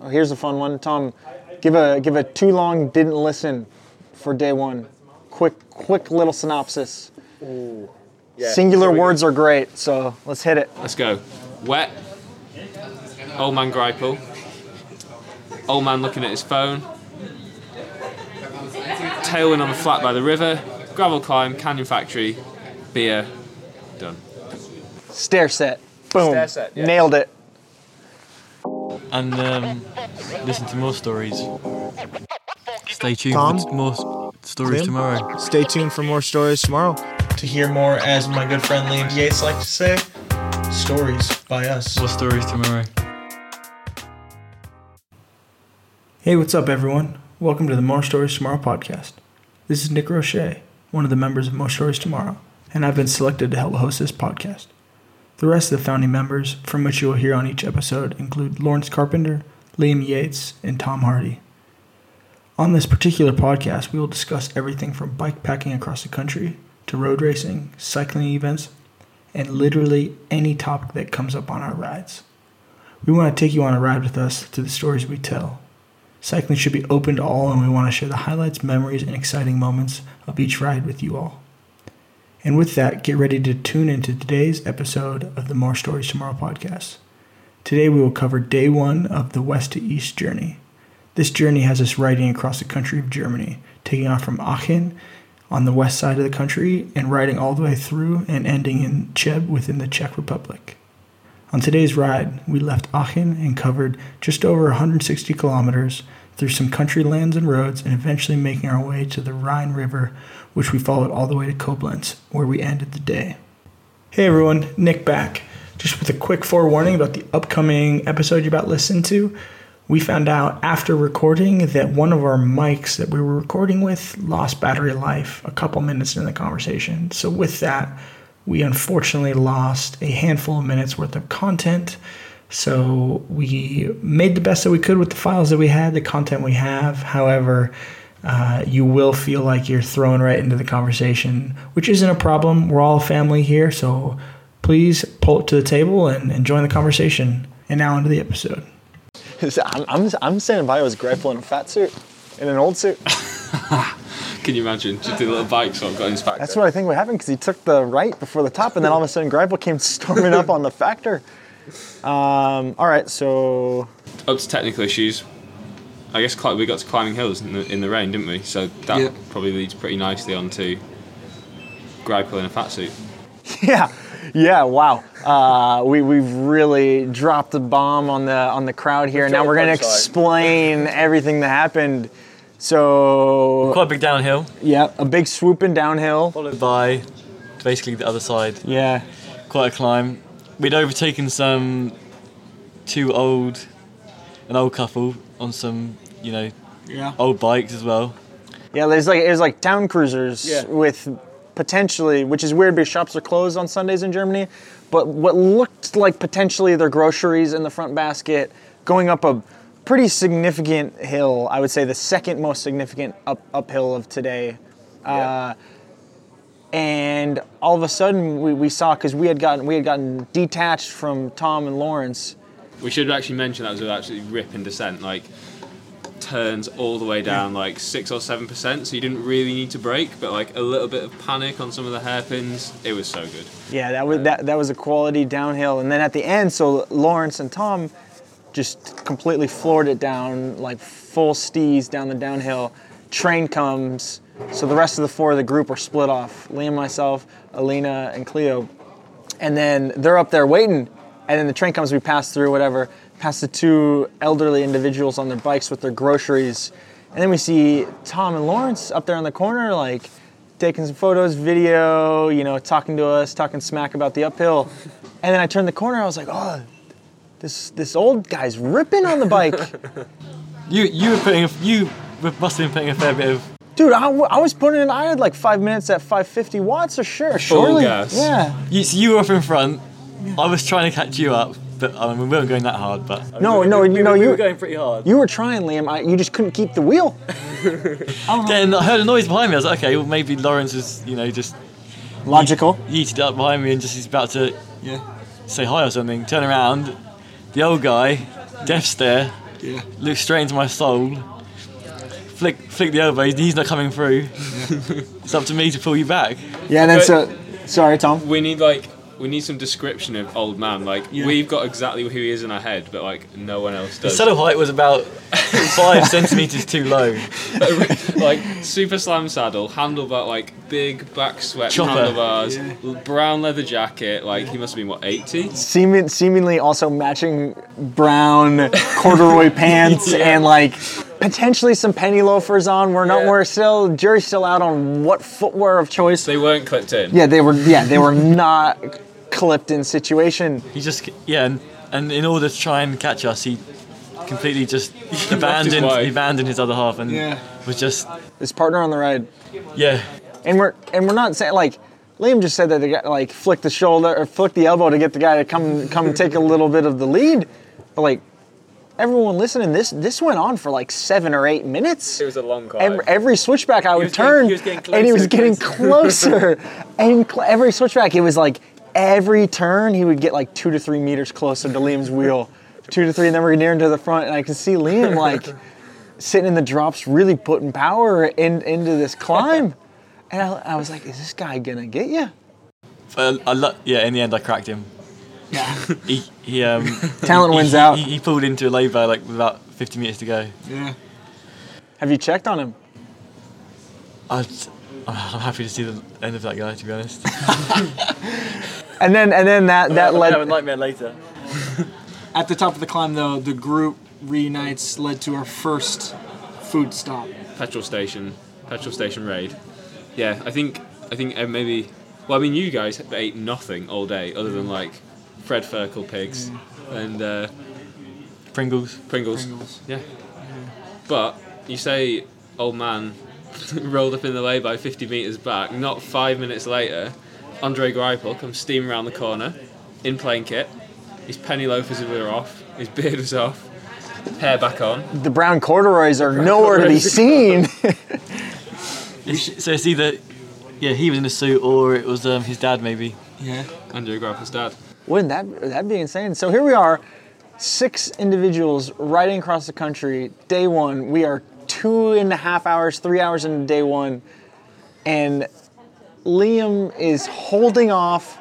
Oh, here's a fun one, Tom. Give a give a too long didn't listen for day one. Quick quick little synopsis. Yeah, Singular so we- words are great, so let's hit it. Let's go. Wet. Old man Gripel. Old man looking at his phone. Tailwind on the flat by the river. Gravel climb. Canyon factory. Beer. Done. Stair set. Boom. Stair set, yeah. Nailed it. and um, listen to more stories. Stay tuned Tom? for t- more s- stories Tim? tomorrow. Stay tuned for more stories tomorrow. To hear more, as my good friend Liam Yates likes to say, stories by us. More stories tomorrow. Hey, what's up, everyone? Welcome to the More Stories Tomorrow podcast. This is Nick Roche, one of the members of More Stories Tomorrow, and I've been selected to help host this podcast. The rest of the founding members, from which you will hear on each episode, include Lawrence Carpenter, Liam Yates, and Tom Hardy. On this particular podcast, we will discuss everything from bikepacking across the country to road racing, cycling events, and literally any topic that comes up on our rides. We want to take you on a ride with us through the stories we tell. Cycling should be open to all, and we want to share the highlights, memories, and exciting moments of each ride with you all. And with that, get ready to tune into today's episode of the More Stories Tomorrow podcast. Today, we will cover day one of the West to East journey. This journey has us riding across the country of Germany, taking off from Aachen on the west side of the country and riding all the way through and ending in Cheb within the Czech Republic. On today's ride, we left Aachen and covered just over 160 kilometers through some country lands and roads, and eventually making our way to the Rhine River, which we followed all the way to Koblenz, where we ended the day. Hey everyone, Nick back. Just with a quick forewarning about the upcoming episode you're about to listen to, we found out after recording that one of our mics that we were recording with lost battery life a couple minutes into the conversation. So, with that, we unfortunately lost a handful of minutes worth of content. So, we made the best that we could with the files that we had, the content we have. However, uh, you will feel like you're thrown right into the conversation, which isn't a problem. We're all a family here, so please pull up to the table and, and join the conversation. And now onto the episode. I'm, I'm, I'm standing by with Gripel in a fat suit. In an old suit. Can you imagine? Just a little bike sort of got in his back. That's there. what I think would happen because he took the right before the top, and then all of a sudden Gripel came storming up on the factor. Um, all right, so Up to technical issues. I guess cli- we got to climbing hills in the, in the rain, didn't we? So that Yeah. probably leads pretty nicely on to Gripel in a fat suit. yeah, yeah, wow. Uh, we we've really dropped the bomb on the on the crowd here. Now dropped we're gonna the punchline. explain everything that happened. So Quite a big downhill, yeah, a big swooping downhill. followed by basically the other side. Yeah, Quite a climb. We'd overtaken some two old, an old couple on some, you know, yeah, old bikes as well. yeah. There's like it was like town cruisers Yeah. with potentially, which is weird because shops are closed on Sundays in Germany. But what looked like potentially their groceries in the front basket, going up a pretty significant hill. I would say the second most significant up uphill of today. Uh, and all of a sudden we, we saw because we had gotten we had gotten detached from Tom and Lawrence. We should actually mention that was an absolutely rip and descent, like turns all the way down like six or seven percent, so you didn't really need to brake, but like a little bit of panic on some of the hairpins, it was so good. Yeah, that was that, that was a quality downhill, and then at the end, so Lawrence and Tom just completely floored it down like full stees down the downhill. Train comes, so the rest of the four of the group are split off. Liam, myself, Alina, and Cleo, and then they're up there waiting, and then the train comes. We pass through whatever, pass the two elderly individuals on their bikes with their groceries, and then we see Tom and Lawrence up there in the corner like. taking some photos, video, you know, talking to us, talking smack about the uphill. And then I turned the corner, I was like, oh, this this old guy's ripping on the bike. You you were putting a, you were- must have been putting a fair bit of Dude, I, w- I was putting in, I had like five minutes at 550 watts or sure, surely. gas. Yeah. you. So you were up in front. I was trying to catch you up, but I mean, we weren't going that hard. But No, no, we, no, we were- we you- were going pretty hard. You were trying, Liam. I, you just couldn't keep the wheel. Then I heard a noise behind me. I was like, okay, well maybe Lawrence was, you know, just Logical. yeeted up behind me and just he's about to, yeah, say hi or something. Turn around, the old guy, death stare, Yeah. Looked straight into my soul. Flick, flick the elbow. He's not coming through. it's up to me to pull you back. Yeah, and then But- so sorry, Tom. We need like we need some description of old man. Like we've got exactly who he is in our head, but like no one else The does. saddle height was about five centimeters too low. like super slam saddle, handlebar, like big back sweat Chopper. handlebars, l- brown leather jacket. Like he must have been what eighty. Seeming, seemingly also matching brown corduroy pants and like potentially some penny loafers on. We're not. Yeah. We're still jury's still out on what footwear of choice. They weren't clipped in. yeah, they were. Yeah, they were not clipped in situation. He just yeah, and, and in order to try and catch us, he completely just his abandoned wife. abandoned his other half and Yeah. was just His partner on the ride. yeah. and we're and we're not saying like Liam just said that the guy like flicked the shoulder or flicked the elbow to get the guy to come come take a little bit of the lead, but like everyone listening, this this went on for like seven or eight minutes. a long call. Every, every switchback I would was getting- turn, he was getting and he was closer, getting closer. and cl- every switchback, it was like every turn he would get like two to three meters closer to Liam's wheel, two to three, and then we're nearing to the front, and I can see Liam like sitting in the drops, really putting power in, into this climb. And I, I was like, is this guy gonna get you? But Uh, I, I lo- yeah, in the end, I cracked him. Yeah. he he um. Talent he- wins he, out. He, he pulled into a labour like with about 50 meters to go. Have you checked on him? I'd, I'm happy to see the end of that guy, to be honest. And then and then that that led nightmare later. At the top of the climb, though, the group reunites led to our first food stop. petrol station, petrol station raid. Yeah, I think I think uh, maybe. Well, I mean, you guys ate nothing all day other than like Fred Ferkel pigs and uh, Pringles. Pringles. Yeah. But you say old man rolled up in the lay by 50 metres back, not five minutes later, Andre Greipel comes steaming around the corner in plain kit. His penny loafers were off, his beard was off, hair back on. the brown corduroys are nowhere to be seen. It's- so it's either, yeah, he was in a suit or it was um, his dad maybe. Andre Greipel's dad. Wouldn't that that be insane? So here we are, six individuals riding across the country. Day one, we are two and a half hours, three hours into day one, and Liam is holding off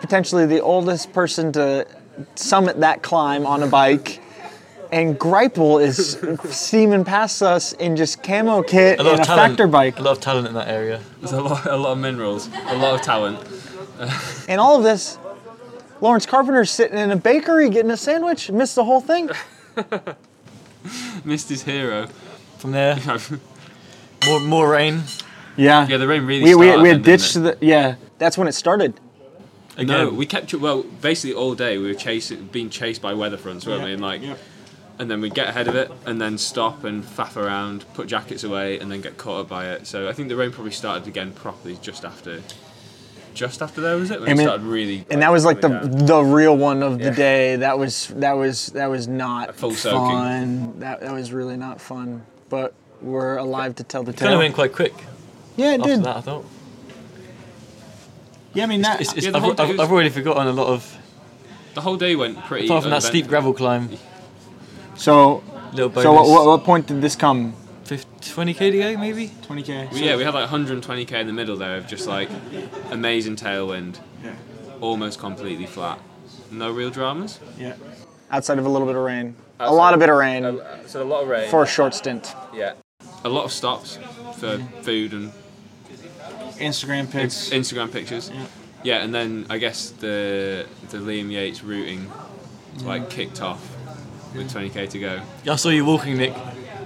potentially the oldest person to summit that climb on a bike. And Greipel is steaming past us in just camo kit A and lot a of talent. factor bike. A lot of talent in that area. There's a lot, a lot of minerals, a lot of talent. And all of this, Lawrence Carpenter's sitting in a bakery getting a sandwich, missed the whole thing. Missed his hero. From there, more more rain. Yeah. Yeah, the rain really we, we, started we then, had didn't ditched it? the yeah. That's when it started. Again. No, we kept it. Well, basically all day we were chasing, being chased by weather fronts, weren't we? And like, and then we'd get ahead of it, and then stop and faff around, put jackets away, and then get caught up by it. So I think the rain probably started again properly just after, just after there was it when I mean- it started really. And that was like the coming down. the real one of the Yeah. day. That was that was that was not full soaking. fun. That that was really not fun. But we're alive to tell the Kind of tale. went quite quick Yeah, it after did. that, I thought. Yeah, I mean that. It's, it's, Yeah, the I've, whole I've, day was- I've already forgotten a lot of, the whole day went pretty. apart from that steep uneventful. gravel climb, So little bonus. so what, what, what point did this come? 50, 20k to go maybe? 20k. Yeah, we had like 120k in the middle there of just like amazing tailwind, almost completely flat, no real dramas. Yeah. Outside of a little bit of rain. a lot of bit of rain So a lot of rain. for a short stint. Yeah. A lot of stops for food and Instagram pics. Instagram pictures. Yeah. and then I guess the the Liam Yates routing like kicked off with 20k to go. I saw you walking, Nick.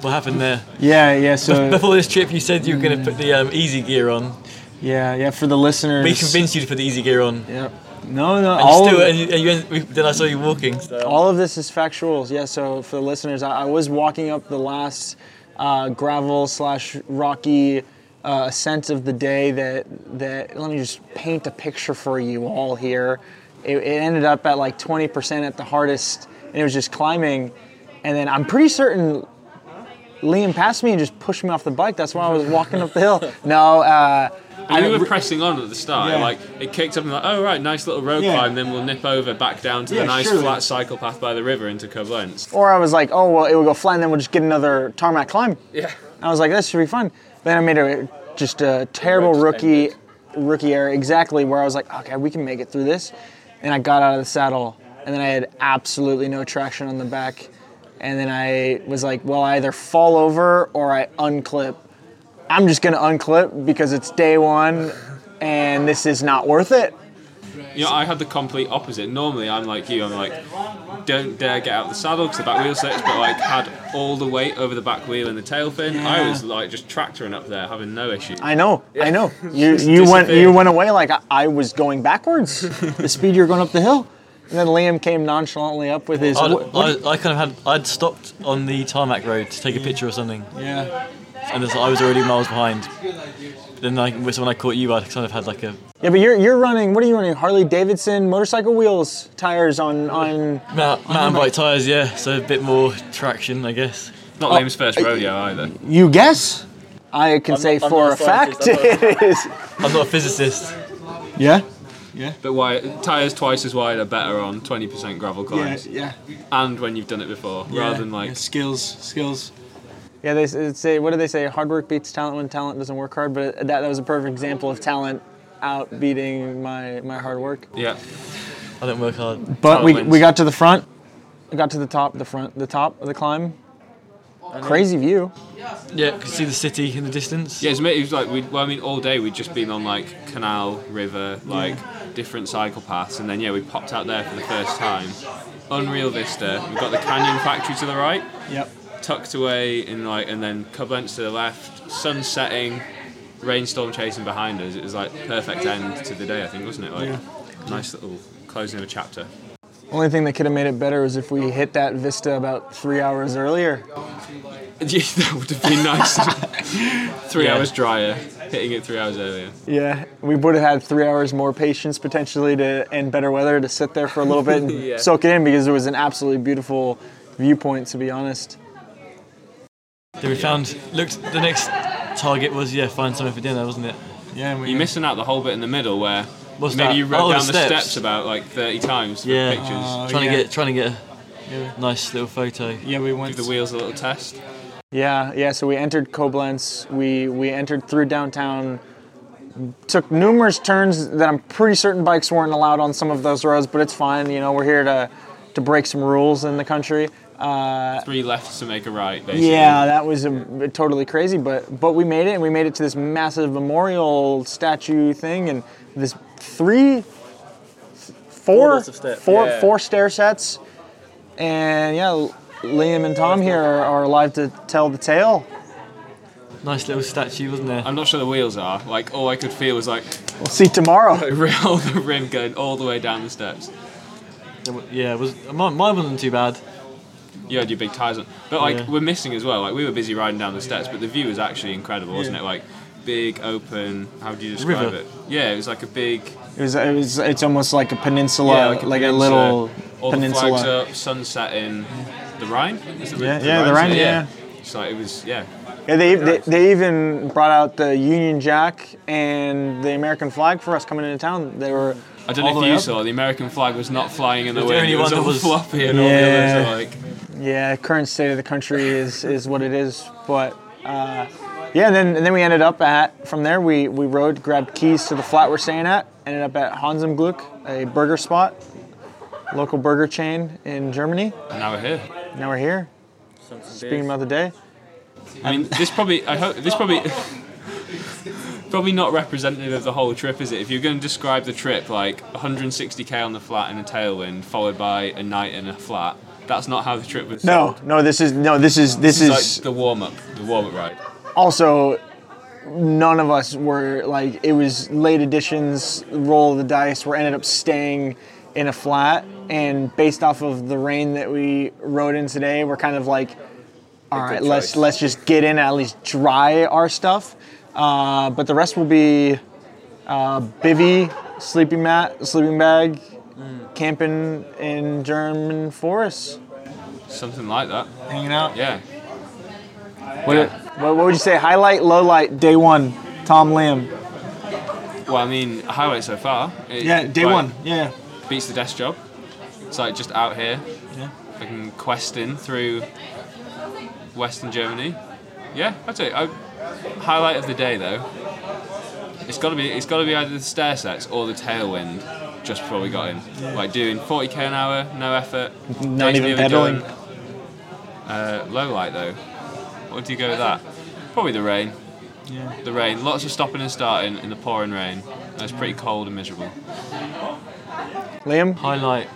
What happened there? Yeah, yeah. Bef- So Before this trip, you said you were going to put the um, easy gear on. yeah, yeah. For the listeners. We convinced you to put the easy gear on. Yep. No, no. And All you still, of, and you, and you, end- we- then I saw you walking. So. all of this is factuals. Yeah. So for the listeners, I, I was walking up the last uh, gravel slash rocky uh, ascent of the day. That that let me just paint a picture for you all here. It, it ended up at like 20% at the hardest, and it was just climbing. And then I'm pretty certain Liam passed me and just pushed me off the bike. That's why I was walking up the hill. No, uh, And we I- were pressing on at the start. Yeah. Like it kicked up and like, oh right, nice little road Yeah. climb. Then we'll nip over back down to Yeah, the nice surely. flat cycle path by the river into Koblenz. Or I was like, oh, well, it will go flat and then we'll just get another tarmac climb. Yeah. I was like, this should be fun. Then I made a just a terrible just rookie ended. rookie error exactly where I was like, okay, we can make it through this. And I got out of the saddle and then I had absolutely no traction on the back. And then I was like, well, I either fall over or I unclip. I'm just gonna unclip because it's day one and this is not worth it. You know, I had the complete opposite. Normally, I'm like you. I'm like, don't dare get out the saddle because the back wheel slips. But like, had all the weight over the back wheel and the tail fin. I was like just tractoring up there, having no issue. I know, I know. You you went you disappeared. went away like I, I was going backwards. the speed you were going up the hill. And then Liam came nonchalantly up with his. I'd, "What- what I, I kind of had I'd stopped on the tarmac road to take a picture or something, Yeah. and it's- I was already miles behind. Then like when I caught you, I kind of had like a Yeah, but you're you're running. What are you running? Harley Davidson motorcycle wheels, tires on on. mou- mountain bike tires, yeah, so a bit more traction, I guess. Not Oh, Liam's first rodeo either. You guess? I can say not- I'm for not a a scientist, fact I'm it not- is. I'm not a physicist. Yeah. But why tires twice as wide are better on 20% gravel Yeah. climbs Yeah. and when you've done it before, rather than like yeah, skills, skills. Yeah, they s- say what do they say? Hard work beats talent when talent doesn't work hard. But that, that was a perfect example of talent out beating my my hard work. yeah. I don't work hard. But we, Talent we wins. got to the front. We got to the top, the front, the top of the climb. Crazy view. Yeah, could see the city in the distance. Yeah, it's ma- it was like we. Well, I mean, all day we'd just been on like canal, river, like different cycle paths, and then yeah, we popped out there for the first time. Unreal vista. We've got the Canyon Factory to the right, Yep. tucked away in like, and then Koblenz to the left. Sun setting, rainstorm chasing behind us. It was like perfect end to the day, I think, wasn't it? Like nice little closing of a chapter. Only thing that could have made it better was if we hit that vista about three hours earlier. Yeah, that would have been nice. three Yeah. hours drier, hitting it three hours earlier. Yeah, we would have had three hours more patience potentially to and better weather to sit there for a little bit and Yeah. soak it in because it was an absolutely beautiful viewpoint to be honest. Then we found looked the next target was yeah find something for dinner, wasn't it? Yeah. and we, You're missing out the whole bit in the middle where What's maybe that? you rode Oh, down the the steps. steps. about like 30 times for Yeah. pictures. Uh, Oh, trying yeah. to get trying to get a Yeah. nice little photo. yeah, we went. Give the wheels a little test. Yeah, yeah. So we entered Koblenz. We we entered through downtown. Took numerous turns that I'm pretty certain bikes weren't allowed on some of those roads, but it's fine. You know, we're here to to break some rules in the country. Uh, Three lefts to make a right, basically. Yeah, that was a, totally crazy, but but we made it, and we made it to this massive memorial statue thing, and this three, four, lots of steps, four- yeah. four stair sets, and yeah, Liam and Tom here are, are alive to tell the tale. Nice little statue, wasn't there? I'm not sure the wheels are. Like, all I could feel was like We'll see tomorrow. all the rim going all the way down the steps. Yeah, it was mine, mine wasn't too bad. You had your big tires on. But, like, Yeah. we're missing as well. Like, we were busy riding down the steps, but the view was actually incredible, wasn't it? Like, big, open, how do you describe River. it? Yeah, it was like a big. It was, it was it's almost like a peninsula, yeah, like, a, peninsula. little all peninsula. the flags up, sunset in the Rhine? Is it Yeah, yeah, the Rhine, yeah. It's like, it was, yeah, Yeah, they, they, they even brought out the Union Jack and the American flag for us coming into town. They were I don't know if you saw the American flag was not flying in the was the wind. only it was one all that was- floppy, and all Yeah. the others are like. Yeah, current state of the country is is what it is. But uh, yeah, and then and then we ended up at from there we we rode, grabbed keys to the flat we're staying at, ended up at Hans im Glück, a burger spot, local burger chain in Germany. And now we're here. Now we're here. Speaking about the day. I mean, this probably. I hope this probably. Probably not representative of the whole trip, is it? If you're going to describe the trip like 160k on the flat and a tailwind, followed by a night in a flat, that's not how the trip was. No, no, this is no, this is this, It's is like the warm up, the warm up ride. also none of us were like it was late editions roll of the dice we ended up staying in a flat and based off of the rain that we rode in today we're kind of like all right let's choice. let's just get in and at least dry our stuff uh, but the rest will be uh, bivy sleeping mat sleeping bag Mm. camping in german forests Something like that. hanging out. Yeah. what, what, what would you say highlight low light day one tom lamb Well, I mean, highlight so far. It- Yeah, day like, one. Yeah. Beats the desk job. It's like just out here, Yeah. fucking questing through Western Germany. Yeah, I'd say. I, highlight of the day though. It's gotta be. It's gotta be either the stair sets or the tailwind. Just before we got in, like doing 40k an hour, no effort. Not Days even we've never pedaling. done. Uh, low light though. What do you go with that? Probably the rain. Yeah. The rain. Lots of stopping and starting in the pouring rain. It was pretty cold and miserable. Liam, Highlight.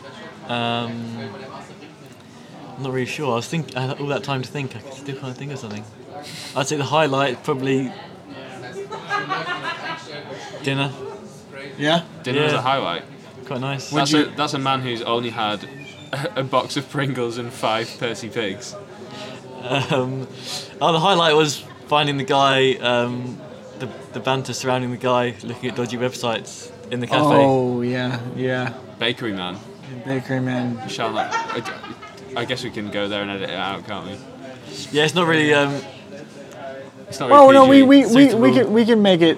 Um, I'm not really sure. I was think I had all that time to think. I still can't think of something. I'd say the highlight probably dinner. Yeah. Dinner was Yeah. a highlight. Quite nice. That's, a, that's a man who's only had a box of Pringles and five Percy Pigs. Um, oh, the highlight was finding the guy, um, the, the banter surrounding the guy looking at dodgy websites in the cafe. Oh yeah, yeah. Bakery man. Bakery man. Shall not. I, I guess we can go there and edit it out, can't we? Yeah, it's not really. Um, It's not really Oh no, we PG. we, we, we suitable. can we can make it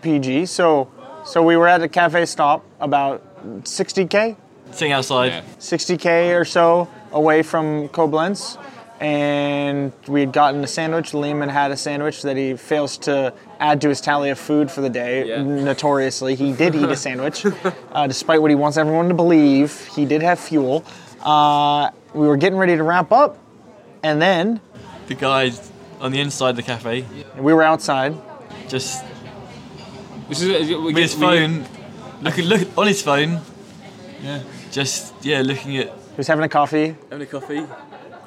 PG. So so we were at a cafe stop about 60k, sitting outside. Yeah. 60k or so away from Koblenz, and we had gotten a sandwich. Liam had had a sandwich that he fails to add to his tally of food for the day. Yeah. Notoriously, he did eat a sandwich, uh, despite what he wants everyone to believe. He did have fuel. Uh, we were getting ready to wrap up, and then The guy on the inside of the cafe we were outside. just This is, we with his get- we get- phone. I could look on his phone. Yeah. Just yeah, looking at He was having a coffee. having a coffee.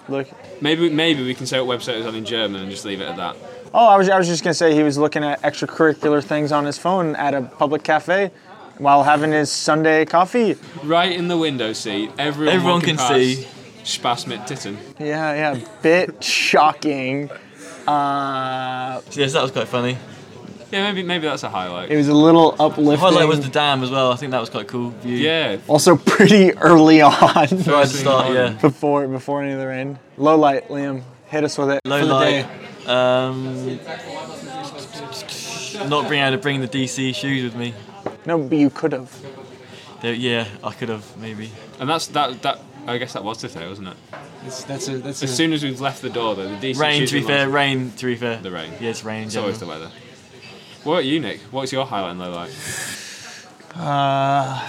Look, Maybe maybe we can say what website it was on in German and just leave it at that. Oh, I was, I was just gonna say he was looking at extracurricular things on his phone at a public cafe while having his Sunday coffee. Right in the window seat, everyone, Everyone walking can past, see. Spass mit Titten. Yeah, yeah, bit shocking. Uh, So yes, that was quite funny. Yeah, maybe maybe that's a highlight. it was a little The uplifting. highlight was the dam as well. I think that was quite cool view. yeah, also pretty early on Right at the First start, thing on. yeah. before before any of the rain. Low light, Liam, hit us with it. Low for the light. day. Um, not being able to bring the DC shoes with me. No, but you could have. They- Uh, yeah, I could have maybe. and that's that that. I guess that was today, wasn't it? That's that's a that's a. As soon as we've left the door, though, the decent Rain, to shooting be fair. was- Rain, to be fair. The rain. Yeah, it's rain. in It's always the general. weather. What about you, Nick? What's your highlight and low light? Uh,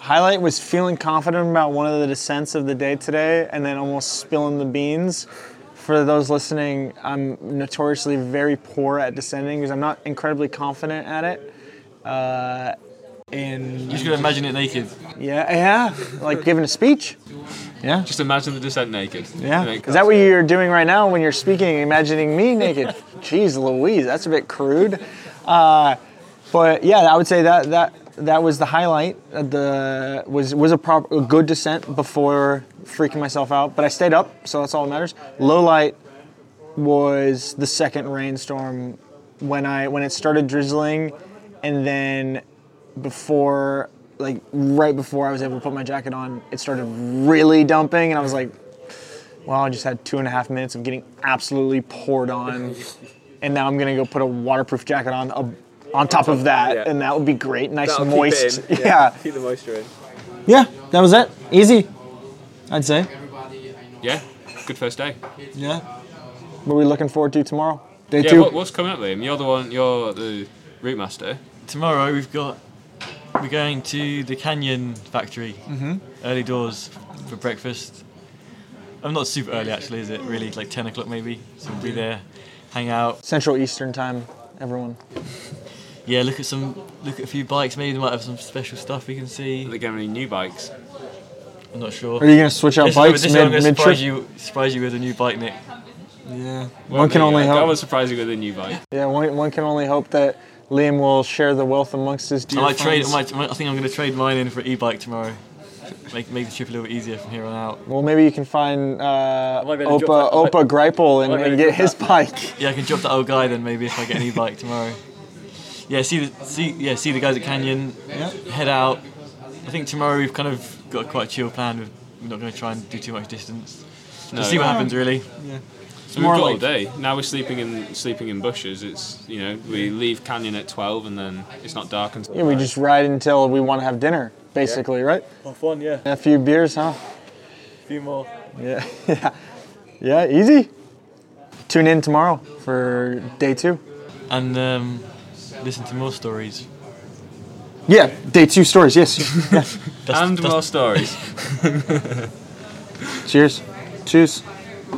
Highlight was feeling confident about one of the descents of the day today and then almost spilling the beans. For those listening, I'm notoriously very poor at descending because I'm not incredibly confident at it. You and just gotta imagine it naked. Yeah, yeah, like giving a speech. Just imagine the descent naked. Yeah. Like, Is that what you're doing right now when you're speaking, imagining me naked? Jeez Louise, that's a bit crude. Uh, but yeah, I would say that that that was the highlight. Uh, The was was a, prop, a good descent before freaking myself out. But I stayed up, so that's all that matters. Low light was the second rainstorm when I when it started drizzling, and then before like right before I was able to put my jacket on, it started really dumping, and I was like, well, I just had two and a half minutes of getting absolutely poured on, and now I'm gonna go put a waterproof jacket on uh, on top of that, and that would be great, nice moist. yeah, Keep the moisture in. yeah, that was it. Easy, I'd say. Yeah. Good first day. yeah. What are we looking forward to tomorrow? Day Yeah. two. What, what's coming up, Liam? You're the one. You're the route master. Tomorrow we've got. We're going to the Canyon Factory. Mm-hmm. Early doors for breakfast. I'm not super early actually, is it? Really, like 10 o'clock maybe. So we'll be there, hang out. Central Eastern Time, everyone. Yeah, look at some, look at a few bikes. Maybe they might have some special stuff we can Are see. they getting any new bikes? I'm not sure. Are you gonna switch out This is- bikes this is- I'm mid gonna mid trip? surprise you, surprise you with a new bike, Nick. Yeah. One can Weren't they? only Like, I hope. was surprising with a new bike. Yeah, one, one can only hope that Liam will share the wealth amongst his I dear might trade. I, friends. might, I might- I think I'm going to trade mine in for an e-bike tomorrow. Make make the trip a little bit easier from here on out. Well, maybe you can find uh, might be able to Opa drop that- Opa Greipel and, might be and able to get his bike. Yeah, I can drop that old guy then maybe if I get an e-bike tomorrow. Yeah, see the see yeah see the guys at Canyon. Head out. I think tomorrow we've kind of got quite a chill plan. We're not going to try and do too much distance. Just see what happens really. It's we've more got like- all day. Now we're sleeping in sleeping in bushes. It's you know we leave canyon at twelve and then it's not dark until. Yeah, we just ride until we want to have dinner, basically, right? Well, fun, yeah. And a few beers, huh? A few more. Yeah, yeah, yeah. Easy. Tune in tomorrow for day two. And um, listen to more stories. Yeah, day two stories. Yes. That's, and that's more stories. Cheers. Cheers.